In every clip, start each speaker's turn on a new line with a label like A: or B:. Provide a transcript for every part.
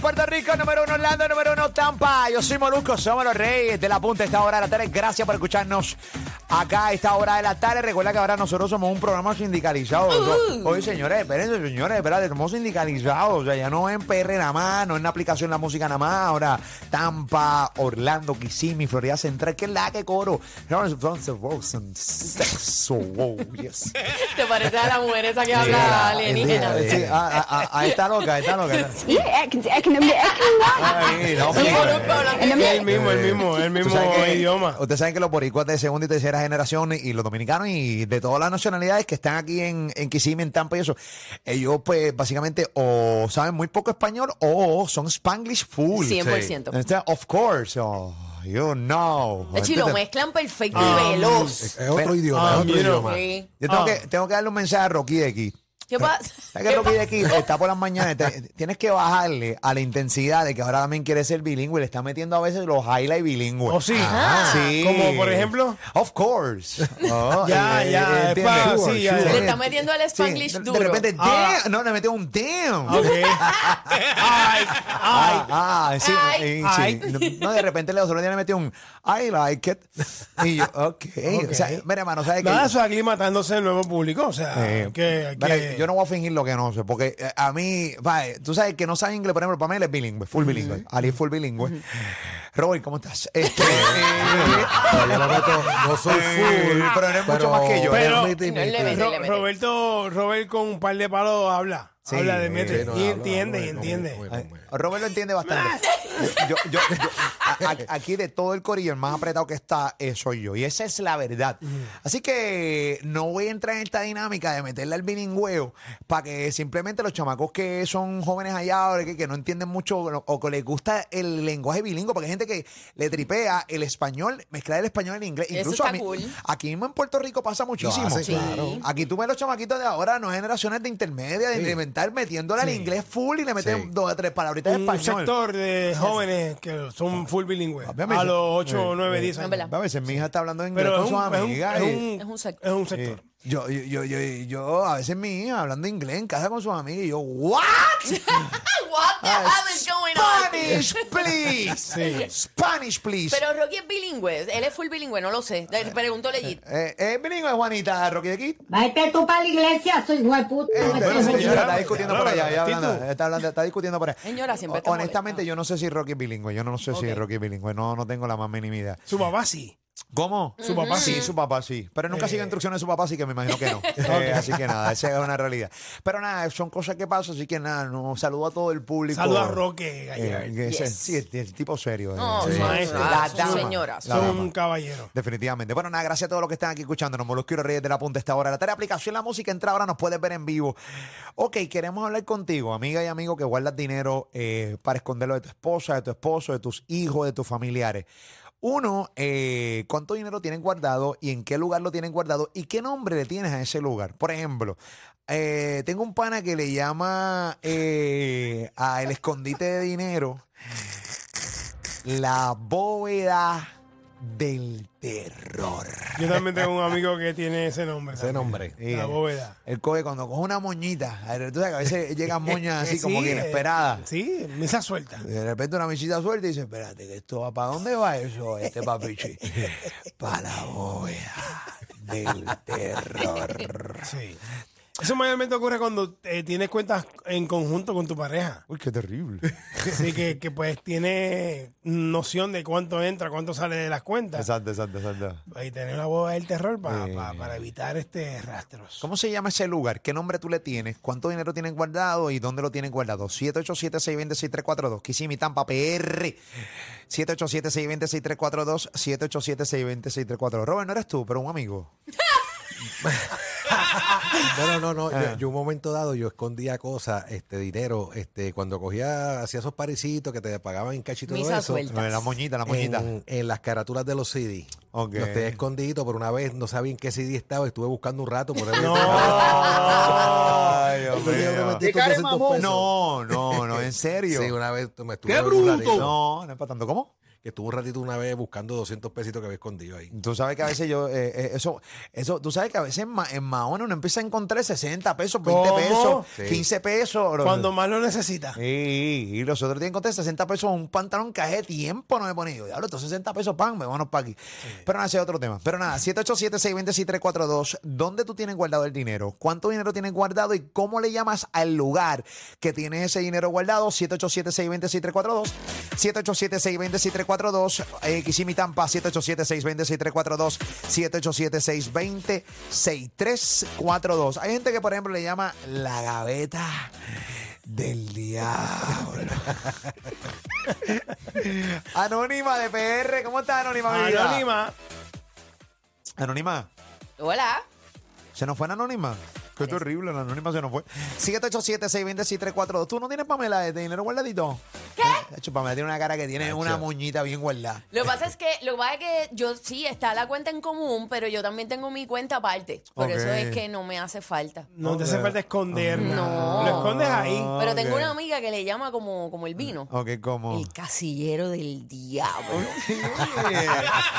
A: Puerto Rico, número uno Orlando, número uno Tampa. Yo soy Molusco, somos los reyes de la punta de esta hora de la tarde. Gracias por escucharnos acá a esta hora de la tarde. Recuerda que ahora nosotros somos un programa sindicalizado. Oye, señores, espérense, señores, espérate, somos sindicalizados. O sea, ya no es en PR nada más, no es en la aplicación La Música nada más. Ahora Tampa, Orlando, Kissimmee, Florida Central, que es la que coro. Sexo, wow, yes.
B: Te parece a la mujer esa que
A: Mira,
B: habla
A: mira,
B: alienígena.
A: sí, ah, ah, ah, Ahí está loca, ahí está loca.
C: Yeah, es que, es que no me- es que no.
A: Ay, no,
B: Sí,
A: pero-
B: Molusco hablando
C: El
B: inglés.
D: El mismo, el mismo, el
A: Eh, Tú
D: mismo
A: sabes que-
D: idioma.
A: Ustedes saben que los boricuas de segunda y tercera generación y los dominicanos y de todas las nacionalidades que están aquí en, en Kissimmee, en Tampa y eso, ellos pues básicamente o saben muy poco español o son spanglish full.
B: 100%.
A: Entonces, of course, oh, you know.
B: De hecho, y lo
A: ¿Entiendes?
B: mezclan perfecto
A: Ah,
B: y veloz.
E: Es otro
A: Pero-
E: idioma,
D: Ah,
E: es otro
D: mira.
E: idioma.
B: Sí.
A: Yo tengo,
D: Ah.
A: que, tengo que darle un mensaje a Rocky de aquí.
B: ¿Qué pasa?
A: ¿Sabes que
B: ¿Qué
A: Rocky
B: pasa?
A: de aquí está por las mañanas? te- tienes que bajarle a la intensidad de que ahora también quiere ser bilingüe. Le está metiendo a veces los highlights bilingües.
D: Oh, sí.
A: Ah, sí.
D: Como, por ejemplo.
A: Of course. Oh,
D: Ya,
A: eh,
D: ya,
A: eh,
D: pa,
A: entiende.
D: sí, ya, ya.
B: Le está metiendo al
A: Sí,
B: spanglish
A: de- de,
B: duro.
A: repente,
D: Ah.
A: damn. No, le metió un damn.
D: Ok. Ay, ay.
A: Ah, ah, sí,
B: Ay.
A: eh, sí.
D: Ay.
A: No, de repente le otro día le metió un I like it. Y yo, ok. O sea, mira, hermano, ¿sabes qué?
D: Nada, eso es aclimatándose al nuevo público. O sea,
A: Eh,
D: que,
A: mira,
D: que-
A: Yo no voy a fingir lo que no sé, porque eh, a mí, va, eh, tú sabes que no sabe inglés, por ejemplo, Pamela es bilingüe, full bilingüe. Ali es full bilingüe. Robert, ¿cómo estás? Este,
E: No, yo lo meto, no soy full,
A: pero eres mucho más que yo,
D: pero-
E: es miti,
B: No, él le
E: miti.
B: mete.
D: Ro- Roberto, Robert con un par de palos habla.
A: Sí.
D: habla de
E: Sí,
D: mete.
E: no,
D: y
E: habla,
D: entiende,
E: no,
D: y
E: no,
D: entiende.
E: no, no,
A: Eh,
E: no, no.
A: Robert lo entiende bastante. Yo- yo- yo- a- a- aquí de todo el corillo, el más apretado que está eh, soy yo. Y esa es la verdad. Así que no voy a entrar en esta dinámica de meterle al bilingüeo para que simplemente los chamacos que son jóvenes allá ahora que, que no entienden mucho o, o que les gusta el lenguaje bilingüe, porque hay gente que le tripea el español, mezclar el español en inglés.
B: Eso
A: Incluso
B: está
A: a mí-
B: cool.
A: aquí mismo en Puerto Rico pasa muchísimo.
E: hacen,
B: Sí. claro.
A: Aquí tú ves los chamaquitos de ahora, no generaciones de intermedia, de inventar metiéndole al inglés full y le meten
E: Sí.
A: dos o tres palabritas en
D: Un
A: español.
D: sector de jóvenes que son full bilingües.
A: Ah, bien,
D: A los 8, 9, 10
B: Es
D: años.
B: verdad.
A: A veces mi hija está hablando inglés
D: Pero
A: con
D: es
A: sus
D: un, es un-
A: amigas.
D: es
A: y-
D: un-
B: Es un sector.
D: es un
A: y-
D: sector.
A: yo, yo, yo, yo, yo, a veces mi hija hablando inglés en casa con sus amigas y yo, ¿What?
B: What the hell is going on?
A: Ah, Spanish, please. Spanish, please.
B: Pero Rocky es bilingüe. Él es full bilingüe, no lo sé. Le
A: Ah.
B: pregunto legit.
A: Eh, eh, bilingüe, Juanita, Rocky de aquí.
F: Vete tú para la iglesia, soy hijo de puta.
A: Eh,
F: Vete,
A: bueno,
D: señora,
A: señora, está discutiendo
D: señora,
A: por allá. ya
D: actitud.
A: hablando, Está, hablando- está discutiendo por allá.
B: Señora,
A: O-
B: siempre está
A: Honestamente,
B: molesta.
A: yo no sé si Rocky es bilingüe. Yo no sé si
B: Ok.
A: Rocky es bilingüe. No, no tengo la más mínima idea.
D: Su papá sí.
A: ¿Cómo?
D: Su papá
A: Sí,
D: sí.
A: su papá sí. Pero nunca sigue instrucciones de su papá, así que me imagino que no. Eh,
D: Eh. Ok.
A: así que nada, esa es una realidad. Pero nada, son cosas que pasan, así que nada, no, saludo a todo el público.
D: Saluda a Roque
A: Eh,
D: Gallardo.
A: que ese-
B: Yes.
A: Sí, el, el tipo serio. eh.
B: No,
A: Sí.
B: su
D: maestra,
A: La
B: su
A: dama,
B: señora,
A: la
D: Son
A: dama.
D: un caballero.
A: Definitivamente. Bueno, nada, gracias a todos los que están aquí escuchándonos. Molusco y los Reyes de la Punta a esta hora. de La tarea aplicación La Música entra ahora, nos puedes ver en vivo. Ok, queremos hablar contigo, amiga y amigo, que guardas dinero eh, para esconderlo de tu esposa, de tu esposo, de tus hijos, de tus familiares. Uno, eh, ¿cuánto dinero tienen guardado y en qué lugar lo tienen guardado y qué nombre le tienes a ese lugar? Por ejemplo, eh, tengo un pana que le llama eh, a el escondite de dinero la bóveda del terror.
D: Yo también tengo un amigo que tiene ese nombre.
E: Ese nombre.
A: Sí,
D: La
A: el-
D: bóveda.
A: El coge cuando coge una moñita, a ver, tú sabes que a veces llegan moñas
D: Eh,
A: así como
D: sí,
A: que
D: eh,
A: inesperadas.
D: Sí, misa suelta.
A: De repente una mesita suelta y dice, espérate, que esto va, ¿para dónde va eso, este papichi? Para la bóveda del terror.
D: Sí. Eso mayormente ocurre cuando eh, tienes cuentas en conjunto con tu pareja.
A: Uy, qué terrible.
D: Así que, que pues tiene noción de cuánto entra, cuánto sale de las cuentas.
A: Exacto, exacto, exacto.
D: Y tener la boda del terror pa-
A: Sí.
D: pa- para evitar este rastros.
A: ¿Cómo se llama ese lugar? ¿Qué nombre tú le tienes? ¿Cuánto dinero tienen guardado y dónde lo tienen guardado? 787-620-6342. Kissimmee, Tampa, PR. 787-620-6342. 787-620-6342. Robert, no eres tú, pero un amigo.
E: Bueno, no, no,
A: Ah.
E: yo, yo un momento dado yo escondía cosas, este dinero, este cuando cogía, hacía esos parisitos que te pagaban en cash y todo
B: Misa
E: eso.
B: suelta.
A: No, La moñita, la moñita.
E: En, en las carátulas de los CD.
A: Ok.
E: Los tenía escondiditos, pero una vez no sabía en qué CD estaba, estuve buscando un rato por el
D: No.
A: Ay, Dios
E: Yo tenía
A: mío.
E: unos 200 pesos.
A: No, no, no, en serio.
E: Sí, una vez me estuve
A: ¡Qué
E: un ratito.
A: No, no es para tanto. ¿Cómo?
E: que estuvo un ratito una vez buscando 200 pesitos que había escondido ahí.
A: Tú sabes que a veces yo, eh, eh, eso, eso, tú sabes que a veces en, Ma- en Mahona uno empieza a encontrar 60 pesos, 20
D: ¿Cómo?
A: pesos,
E: Sí.
A: 15 pesos. bro.
D: Cuando más lo necesita.
A: Sí, y los otros días encontré 60 pesos un pantalón que hace tiempo no me ponía. Yo, diablo, estos 60 pesos, pan, me vámonos para aquí. Pero nada, ese es otro tema. Pero nada, 787-620-6342, ¿dónde tú tienes guardado el dinero? ¿Cuánto dinero tienes guardado y cómo le llamas al lugar que tienes ese dinero guardado? 787-620-6342, 787-620-6342, eh, Kissimmee, Tampa, 787-620-6342, 787-620-6342. Hay gente que, por ejemplo, le llama la gaveta del diablo. Anónima de PR, ¿cómo estás, Anónima? mi vida?
D: Anónima.
A: Anónima.
B: Hola.
A: Se nos fue la Anónima. Qué terrible, la Anónima se nos fue. 787-620-6342. ¿Tú no tienes Pamela de dinero guardadito? ¿Qué? De hecho, Pamela tiene una cara que tiene una moñita bien guardada.
B: Lo que pasa es que, lo que pasa es que yo sí está la cuenta en común, pero yo también tengo mi cuenta aparte. Por eso
A: Ok.
B: es que no me hace falta.
D: No te hace falta esconderla.
B: No.
D: Lo escondes ahí.
B: Pero
A: Ah,
B: tengo
A: ok. Ah.
B: una amiga que le llama como, como el vino.
A: Ok, ¿cómo?
B: El casillero del diablo.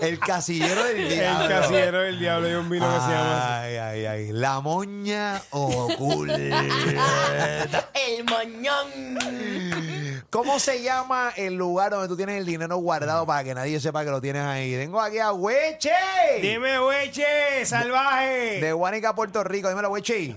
A: El casillero del diablo.
D: El casillero del diablo hay un vino que se llama
A: Ay, ay, ay. La moña oculta.
B: el moñón.
A: ¿Cómo se llama el lugar donde tú tienes el dinero guardado para que nadie sepa que lo tienes ahí? Tengo aquí a Weche
D: así. Dime, weche, salvaje.
A: de Guanica, Puerto Rico. Dímelo, Weche.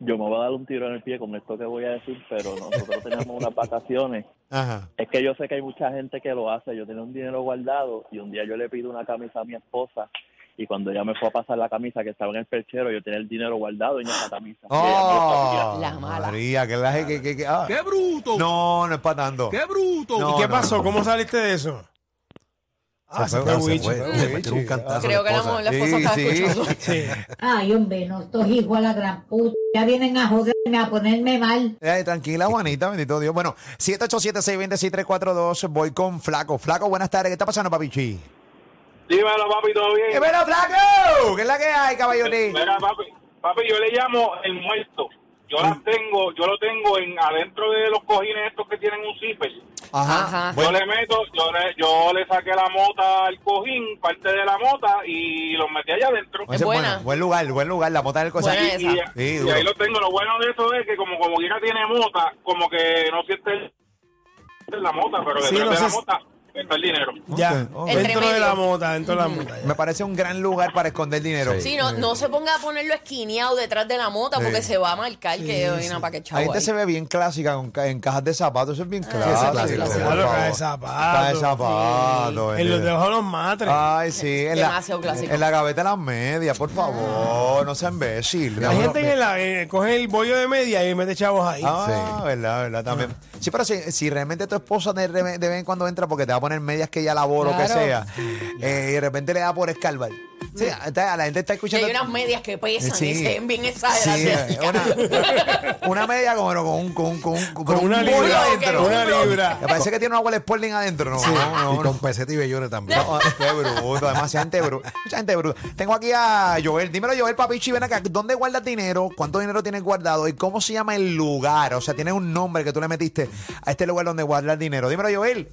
G: Yo me voy a dar un tiro en el pie con esto que voy a decir, pero nosotros tenemos unas vacaciones.
A: Ajá.
G: Es que yo sé que hay mucha gente que lo hace. Yo tenía un dinero guardado y un día yo le pido una camisa a mi esposa y cuando ella me fue a pasar la camisa que estaba en el perchero, yo tenía el dinero guardado en esa camisa. Y ella me lo está pidiendo.
A: ¡Oh!
B: La mala.
A: María, que la que, que, que- ah.
H: ¡Qué bruto!
A: No, no es para tanto.
H: ¡Qué bruto!
A: No,
D: ¿Y qué
A: no,
D: pasó?
A: no.
D: ¿Cómo saliste de eso? Ah, se fue
E: Ah,
D: Wichi.
E: fue, le metieron un cantazo.
B: Creo
E: a
B: que
E: la
B: la, mo- la
E: esposa.
B: esposa
A: Sí,
B: estaba
A: sí.
B: escuchando.
D: Sí.
F: Ay, hombre, no, estos hijos a la gran puta. Ya vienen a joderme, a ponerme mal.
A: Eh, tranquila, Juanita, bendito Dios. Bueno, 787-620-6342. Voy con Flaco. Flaco, buenas tardes. ¿Qué está pasando, papichi?
I: Dímelo, papi, ¿todo bien?
A: ¡Dímelo, Flaco! ¿Qué es la que hay, caballote?
I: Mira, papi, papi, yo le llamo el muerto. Yo las tengo, yo lo tengo en adentro de los cojines estos que tienen un zipper.
A: Ajá.
B: Ajá.
I: Yo le meto, yo le, yo le saqué la mota al cojín, parte de la mota, y los metí allá adentro.
A: Ese es
B: buena.
A: Pues bueno. Buen lugar, buen lugar. La bota del cosa.
B: Buena
I: Y,
B: esa.
A: Sí,
I: y
A: duro.
I: ahí lo tengo. Lo bueno de eso es que como como quiera tiene mota, como que no siente el- la mota, pero
D: Sí,
I: detrás
D: no
I: de la
D: sé-
I: mota está el dinero.
D: Ya,
A: Ok, ok.
D: dentro de
B: Entremedio.
D: la mota, dentro de la mota. ya.
A: Me parece un gran lugar para esconder dinero.
E: Sí.
B: Sí, no, no se ponga a ponerlo esquineado detrás de la mota porque se va a marcar que hay una
A: La gente
B: paquechada.
A: se ve bien clásica con ca- en cajas de zapatos. Eso es
B: Ah,
A: bien clásico.
E: esa es clásica,
A: por
E: sí.
A: favor.
D: Claro, caja de zapatos.
A: Caja de zapatos,
D: En los
A: ¿entiendes?
D: debajo de los matres.
A: Ay, sí. En la,
B: Demasiado clásico.
A: en la gaveta de las medias, por favor. No seas imbécil.
D: Hay gente que la- eh, coge el bollo de media y mete chavos ahí.
A: Ah, verdad, verdad, también.
B: Ah.
A: Sí, pero si, si realmente tu esposa de, re- de vez en cuando entra porque te va a poner medias que ella lavó o lo que
B: Claro.
A: sea, eh, y de repente le da por escarbar. Sí, está- la gente está
B: Mm. Y
A: escuchando.
B: hay unas medias que pesan
A: Sí.
B: y se ven bien
A: Sí, eh,
B: exageradas.
A: una, una media como con, un- con, un- con, un- con
D: Con
A: un
D: una
A: bollo
D: libra.
A: adentro.
D: Una libra.
A: Me parece que tiene una abuela Sporting adentro, ¿no? No, no,
E: Y con
A: no.
E: peseta y bellones también.
A: No, qué bruto, demasiada gente bruta. Mucha gente bruta. Tengo aquí a Joel. Dímelo, Joel, papichi, ven acá. ¿Dónde guardas dinero? ¿Cuánto dinero tienes guardado? ¿Y cómo se llama el lugar? O sea, tienes un nombre que tú le metiste a este lugar donde guardas dinero. Dímelo, Joel.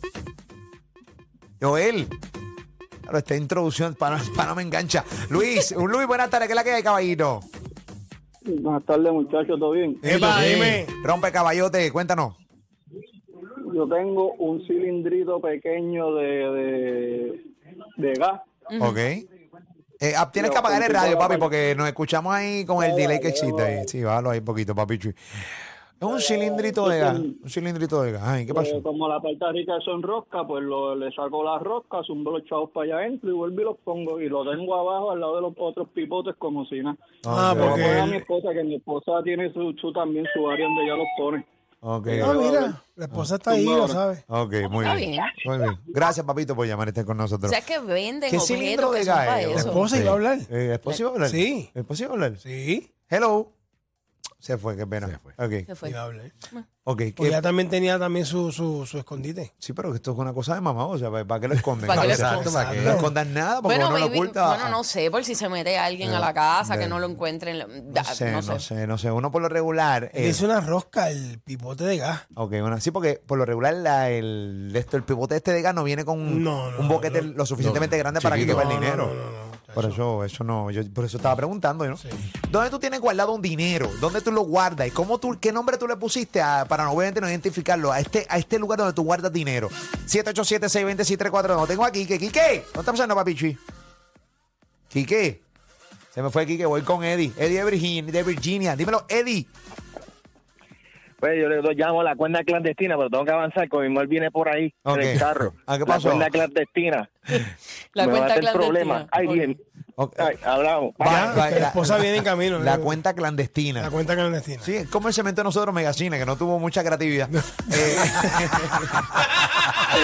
A: Joel. Claro, esta introducción para, para no me engancha. Luis, un Luis, buenas tardes. ¿Qué es la que hay, caballito?
G: Buenas tardes, muchachos, ¿todo bien?
D: Epa, dime.
A: Rompe caballote, cuéntanos.
G: Yo tengo un cilindrito pequeño de, de gas.
A: Ok. Eh, ah, tienes que apagar el radio, papi, porque nos escuchamos ahí con el delay que existe ahí. Sí, bájalo ahí poquito, papi. chui. Es un cilindrito de gas. Un cilindrito de gas. Ay, ¿qué pasó?
G: Eh, como la parte rica son rosca, pues lo, le saco las roscas, zumbo los chavos para allá adentro y vuelvo y los pongo. Y lo tengo abajo al lado de los otros pipotes como si nada.
D: Ah,
A: Ok,
G: Pero
D: porque
G: pone a
D: él-
G: mi esposa, que mi esposa tiene su, su también su área donde ya los pone.
A: Ok.
D: Ah, mira, la esposa está ahí, lo sabes.
A: Ok, muy
B: Está
A: bien.
B: bien.
A: Muy bien. Gracias, papito, por llamar y estar con
B: O
A: nosotros.
B: sea, que venden
A: ¿Qué cilindro
B: objetos
A: de
B: que son
A: gas
B: para
A: es?
D: La
B: eso.
D: esposa iba a hablar.
A: Eh, ¿Es posible hablar?
D: Sí.
A: ¿Es posible hablar?
D: Sí.
A: Hello. Se fue, qué pena.
E: Se fue.
A: Ok,
B: Se fue.
D: Cuidable.
A: ok,
D: Porque
A: que-
D: ella también tenía también su, su, su escondite.
A: Sí, pero esto es una cosa de mamá, o sea, ¿para para qué lo esconden?
B: ¿Para qué lo
E: Exacto, ¿para
A: No
E: qué?
A: escondan nada porque
B: Bueno,
A: uno lo
B: baby,
A: oculta. Eh,
B: bueno, no sé, por si se mete alguien a la casa, que no lo encuentren. da-
A: No sé,
B: no sé.
A: no sé, no sé. Uno por lo regular.
D: Le
A: eh,
D: hizo una rosca al pipote de gas.
A: Ok, bueno, sí, porque por lo regular la, el, de esto, el pivote este de gas no viene con un-
D: No, no,
A: un boquete
D: no,
A: lo suficientemente grande para que
E: chiquito.
A: quepa el
D: No, no,
A: dinero.
D: no, no, no,
A: por eso, eso no, yo por eso estaba preguntando, ¿no? ¿Dónde tú tienes guardado un dinero? ¿Dónde tú lo guardas? ¿Y cómo tú, qué nombre tú le pusiste a- para no, obviamente no identificarlo? A este, a este lugar donde tú guardas dinero. 787-620-6342. No tengo a Quique. Quique, ¿dónde está pasando, papichi? Quique. Se me fue Quique, voy con Eddie. Eddie de Virginia, de Virginia. Dímelo, Eddie.
G: Pues yo le doy- llamo a la cuenta clandestina, pero tengo que avanzar, con mi mal viene por ahí,
A: Ok.
G: en el carro.
A: Ah, ¿qué pasó?
G: La cuenta clandestina.
B: La
G: Me va a
B: cuenta
G: hacer
B: clandestina.
G: problema. Ay,
B: Ok.
G: bien.
A: Ok.
G: Ay, hablamos.
A: Va,
D: Ya,
A: va,
D: Ah, la esposa viene en camino,
A: La
D: ¿no?
A: cuenta clandestina.
D: La cuenta clandestina.
A: Sí, es como el cemento de nosotros, Megacine, que no tuvo mucha creatividad. Eh,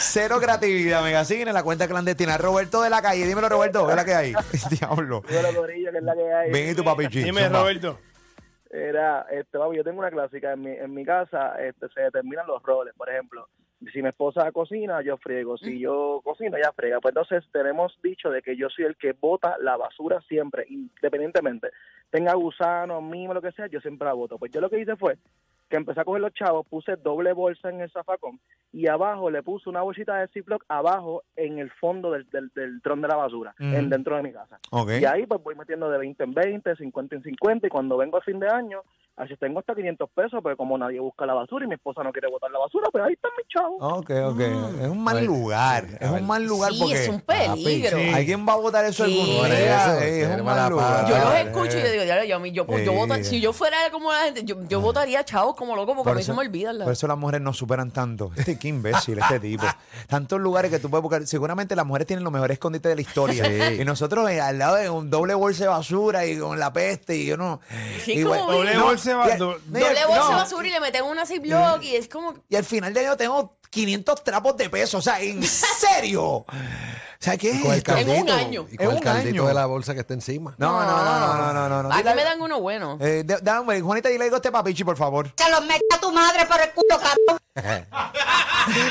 A: cero creatividad, Megacine, la cuenta clandestina. Roberto de la calle, dímelo, Roberto, ¿qué es la que hay? Diablo.
G: Dímelo, Corillo, que es la que hay.
A: Ven y tu papi Chi,
D: Dime,
A: zumba.
D: Roberto.
G: Era, este, papi, yo tengo una clásica. En mi, en mi casa este, se determinan los roles. Por ejemplo, si mi esposa cocina, yo friego. Si yo cocino, ella frega. Pues entonces tenemos dicho de que yo soy el que bota la basura siempre, independientemente. Tenga gusano, mimo, lo que sea, yo siempre la boto. Pues yo lo que hice fue que empecé a coger los chavos, puse doble bolsa en el zafacón y abajo le puse una bolsita de Ziploc abajo en el fondo del, del, del tron de la basura,
A: Ujú.
G: en, dentro de mi casa.
A: Ok.
G: Y ahí pues voy metiendo de 20 en 20, 50 en 50 y cuando vengo al fin de año, así tengo hasta 500 pesos, pero como nadie busca la basura y mi esposa no quiere botar la basura, pues ahí están mis chavos.
A: Ok, ok. Es un mal
E: Oye,
A: lugar.
E: sí,
A: Es un mal lugar
B: Sí,
A: porque.
B: es un peligro.
A: papi, ¿Alguien va a votar eso
B: Sí.
A: algún
B: Por
A: día?
E: eso,
A: Ey, es
E: tiene
A: un
E: mala
A: mal lugar.
E: palabra.
B: Yo los
E: Ah,
B: escucho y yo digo, diablo, yo, a mí- yo, yo
A: eh. Sí. Ah.
B: vota- si yo fuera como la gente, yo, yo votaría chavos como loco porque a mí se me olvida. la-
A: por eso las mujeres no superan tanto. Este, qué imbécil, este tipo. Tantos lugares que tú puedes buscar. Seguramente las mujeres tienen los mejores escondites de la historia.
E: Sí.
A: Y nosotros eh, al lado de un doble bolsa de basura y con la peste y yo no.
B: Sí,
A: y,
B: como
A: bueno,
B: Doble
D: bolsa de
A: y al-
D: basura.
A: no, y al-
B: Doble bolsa de
A: no,
B: basura y le meten una Ziploc y es como...
A: Y al final del año tengo 500 trapos de peso. O sea, ¿en serio? O sea, ¿qué es
E: Con el
A: esto?
E: caldito,
B: un año.
E: Y
A: En
E: con el
A: un
E: caldito
A: año.
E: de la bolsa que está encima.
A: No, no, no, no, no, no, no. no.
B: Aquí
A: Dile-
B: me Ah, dan uno bueno.
A: Eh, de- dame, Juanita, dile algo a este papichi, por favor.
F: Se los meta tu madre por el culo, cabrón.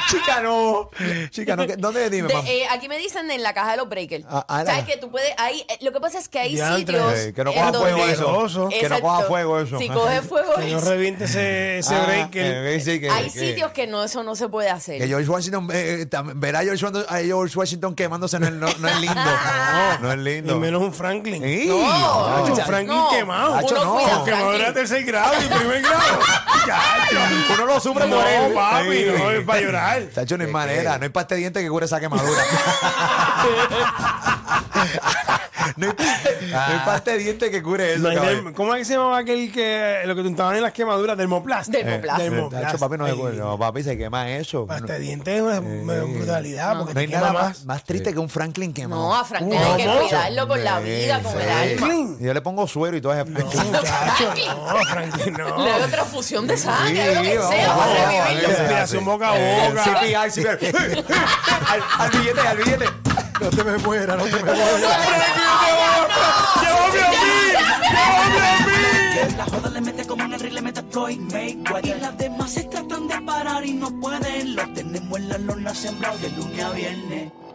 A: Chica, no. Chica, no. ¿qué- ¿Dónde dime,
B: De-
A: mamá?
B: eh, aquí me dicen en la caja de los breakers.
A: Ah, ah,
B: ¿Sabes
A: la-
B: que tú puedes? Ahí, eh, lo que pasa es que hay
D: Diantre.
B: sitios.
A: Eh, que no
B: en
A: coja
B: donde-
A: fuego
D: eso.
A: Que no
B: Exacto.
A: coja fuego eso.
B: Si coge fuego
D: Que no
B: eso.
D: reviente ese, ese
A: Ah,
D: break. que-
A: eh, sí, que-
B: Hay
A: que-
B: sitios que no, eso no se puede hacer.
A: Que George Washington, eh, eh, tam- ver a George, Washington- a George Washington quemándose no es, no, no es lindo. No, no es
D: y
A: lindo.
D: menos un Franklin.
A: ¡Ey!
B: No,
A: No.
D: Nacho,
B: no,
D: Franklin
B: no.
D: quemado.
A: Nacho,
B: Uno
A: no.
B: cuida a
A: Porque
D: Quemado
B: Franklin.
D: era tercer grado y primer grado. Chacho.
A: Uno lo sufre
D: No,
A: por él.
D: papi, no,
A: Ey.
D: es para llorar.
A: Chacho, no hay manera. No hay pasta de dientes que cure esa quemadura. no, hay, no hay pasta de dientes que cure eso.
D: Ah. No hay
A: cabrón.
D: del- ¿Cómo es que se llamaba aquel que lo que untaban en las quemaduras? Dermoplast.
B: Dermoplast.
A: Eh,
D: Dermoplast.
A: Nacho, papi, no, se
D: Ay,
A: cure. No, papi, se quema eso.
D: Pasta
A: No-
D: de dientes es una- una brutalidad. Porque
A: No hay
D: te quema
A: nada
D: más.
A: más, más triste que un Franklin quemado. Uh,
B: No, a Franklin hay que cuidarlo con la vida, con el alma.
D: Franklin.
A: Y Yo le pongo suero y todo eso.
D: No, chacho, no, Franklin, no.
B: Le doy otra fusión de sangre, lo que
A: vamos,
B: sea,
A: vamos,
B: para
A: vamos,
B: revivirlo.
A: vamos,
D: Respiración boca a
A: Eh,
D: boca.
A: CPR, CPR. al, al billete, al billete.
E: No te me mueras, no te me mueras.
D: ¡Llévame a mí!
H: La joda le mete como en el ring, le mete Floyd Mayweather. Y las demás se tratan de parar y no pueden. Los tenemos en la lona sembrado de lunes a viernes.